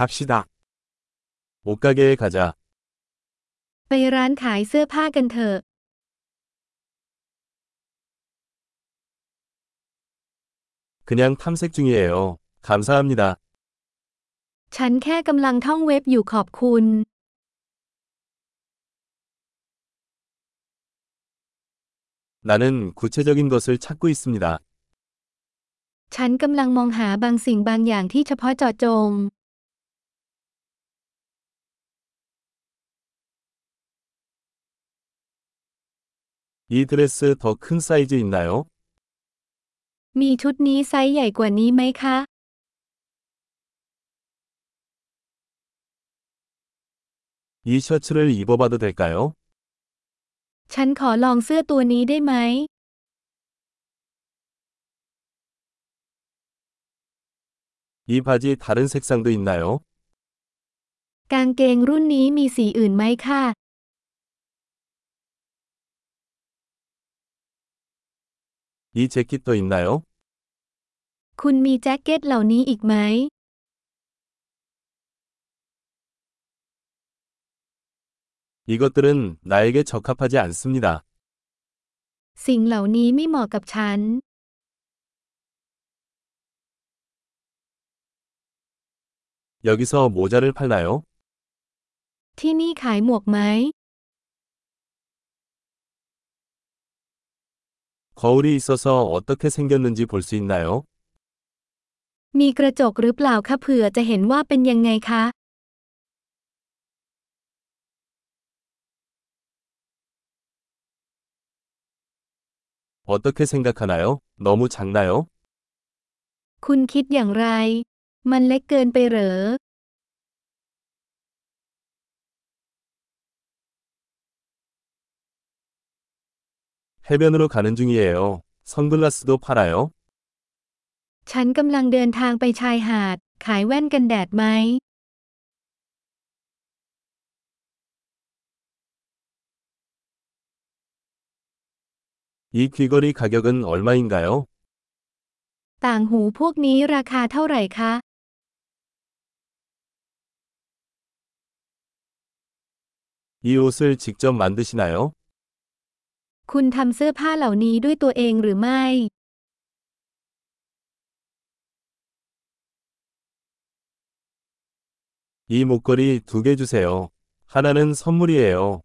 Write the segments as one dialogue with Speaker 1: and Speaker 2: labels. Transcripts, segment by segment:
Speaker 1: 갑시다. 옷가게에 가자.
Speaker 2: ไปร้านขายเสื้อผ้ากันเถอะ
Speaker 1: 그냥 탐색 중이에요. 감사합니다.
Speaker 2: ฉันแค่กำลังท่องเว็บอยู่ขอบคุณ
Speaker 1: 나는 구체적인 것을 찾고 있습니다.
Speaker 2: ฉันกำลังมองหาบางสิ่งบางอย่างที่เฉพาะเจาะจง
Speaker 1: 이 드레스 더 큰 사이즈 있나요?
Speaker 2: มีชุดนี้ไซส์ใหญ่กว่านี้ไหมคะ
Speaker 1: 이 셔츠를 입어봐도 될까요?
Speaker 2: ฉันขอลองเสื้อตัวนี้ได้ไหม
Speaker 1: 이 바지 다른 색상도 있나요?
Speaker 2: กางเกงรุ่นนี้มีสีอื่นไหมคะ
Speaker 1: 이 재킷도 있나요?
Speaker 2: คุณมีแจ็คเก็ตเหล่านี้อีกไหม
Speaker 1: 이것들은 나에게 적합하지 않습니다.
Speaker 2: สิ่งเหล่านี้ไม่เหมาะกับฉัน
Speaker 1: 여기서 모자를 팔나요?
Speaker 2: ที่นี่ขายหมวกไหม
Speaker 1: 거울이 있어서 어떻게 생겼는지 볼 수 있나요?
Speaker 2: มีกระจกหรือเปล่าคะเผื่อจะเห็นว่าเป็นยังไงคะ
Speaker 1: 어떻게 생각하나요? 너무 작나요?
Speaker 2: คุณคิดอย่างไร มันเล็กเกินไปเหรอ
Speaker 1: 해변으로 가는 중이에요. 선글라스도 팔아요?
Speaker 2: ฉันกำลังเดินทางไปชายหาด ขายแว่นกันแดดไหม
Speaker 1: 이 귀걸이 가격은 얼마인가요?
Speaker 2: ต่างหูพวกนี้ราคาเท่าไหร่คะ
Speaker 1: 이 옷을 직접 만드시나요?
Speaker 2: คุณทำเสื้อผ้าเหล่านี้ด้วยตัวเองหรือไม่
Speaker 1: 이 목걸이 두 개 주세요. 하나는 선물이에요.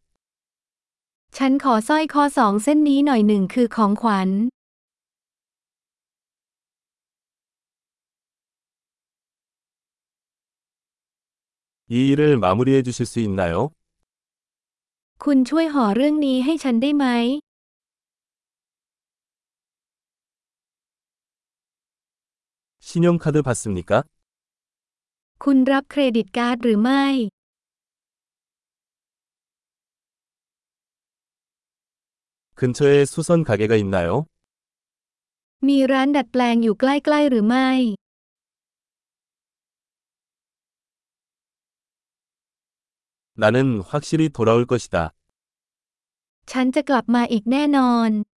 Speaker 2: ฉันขอสร้อยคอสองเส้นนี้หน่อยหนึ่งคือของขวัญ
Speaker 1: 이 일을 마무리해 주실 수 있나요?
Speaker 2: คุณช่วยห่อเรื่องนี้ให้ฉันได้ไหม
Speaker 1: 신용카드 받습니까?
Speaker 2: คุณรับเครดิตการ์ดหรือไม่
Speaker 1: 근처에 수선 가게가 있나요?
Speaker 2: มีร้านดัดแปลงอยู่ใกล้ๆหรือไม่
Speaker 1: 나는 확실히 돌아올 것이다.
Speaker 2: ฉันจะกลับมาอีกแน่นอน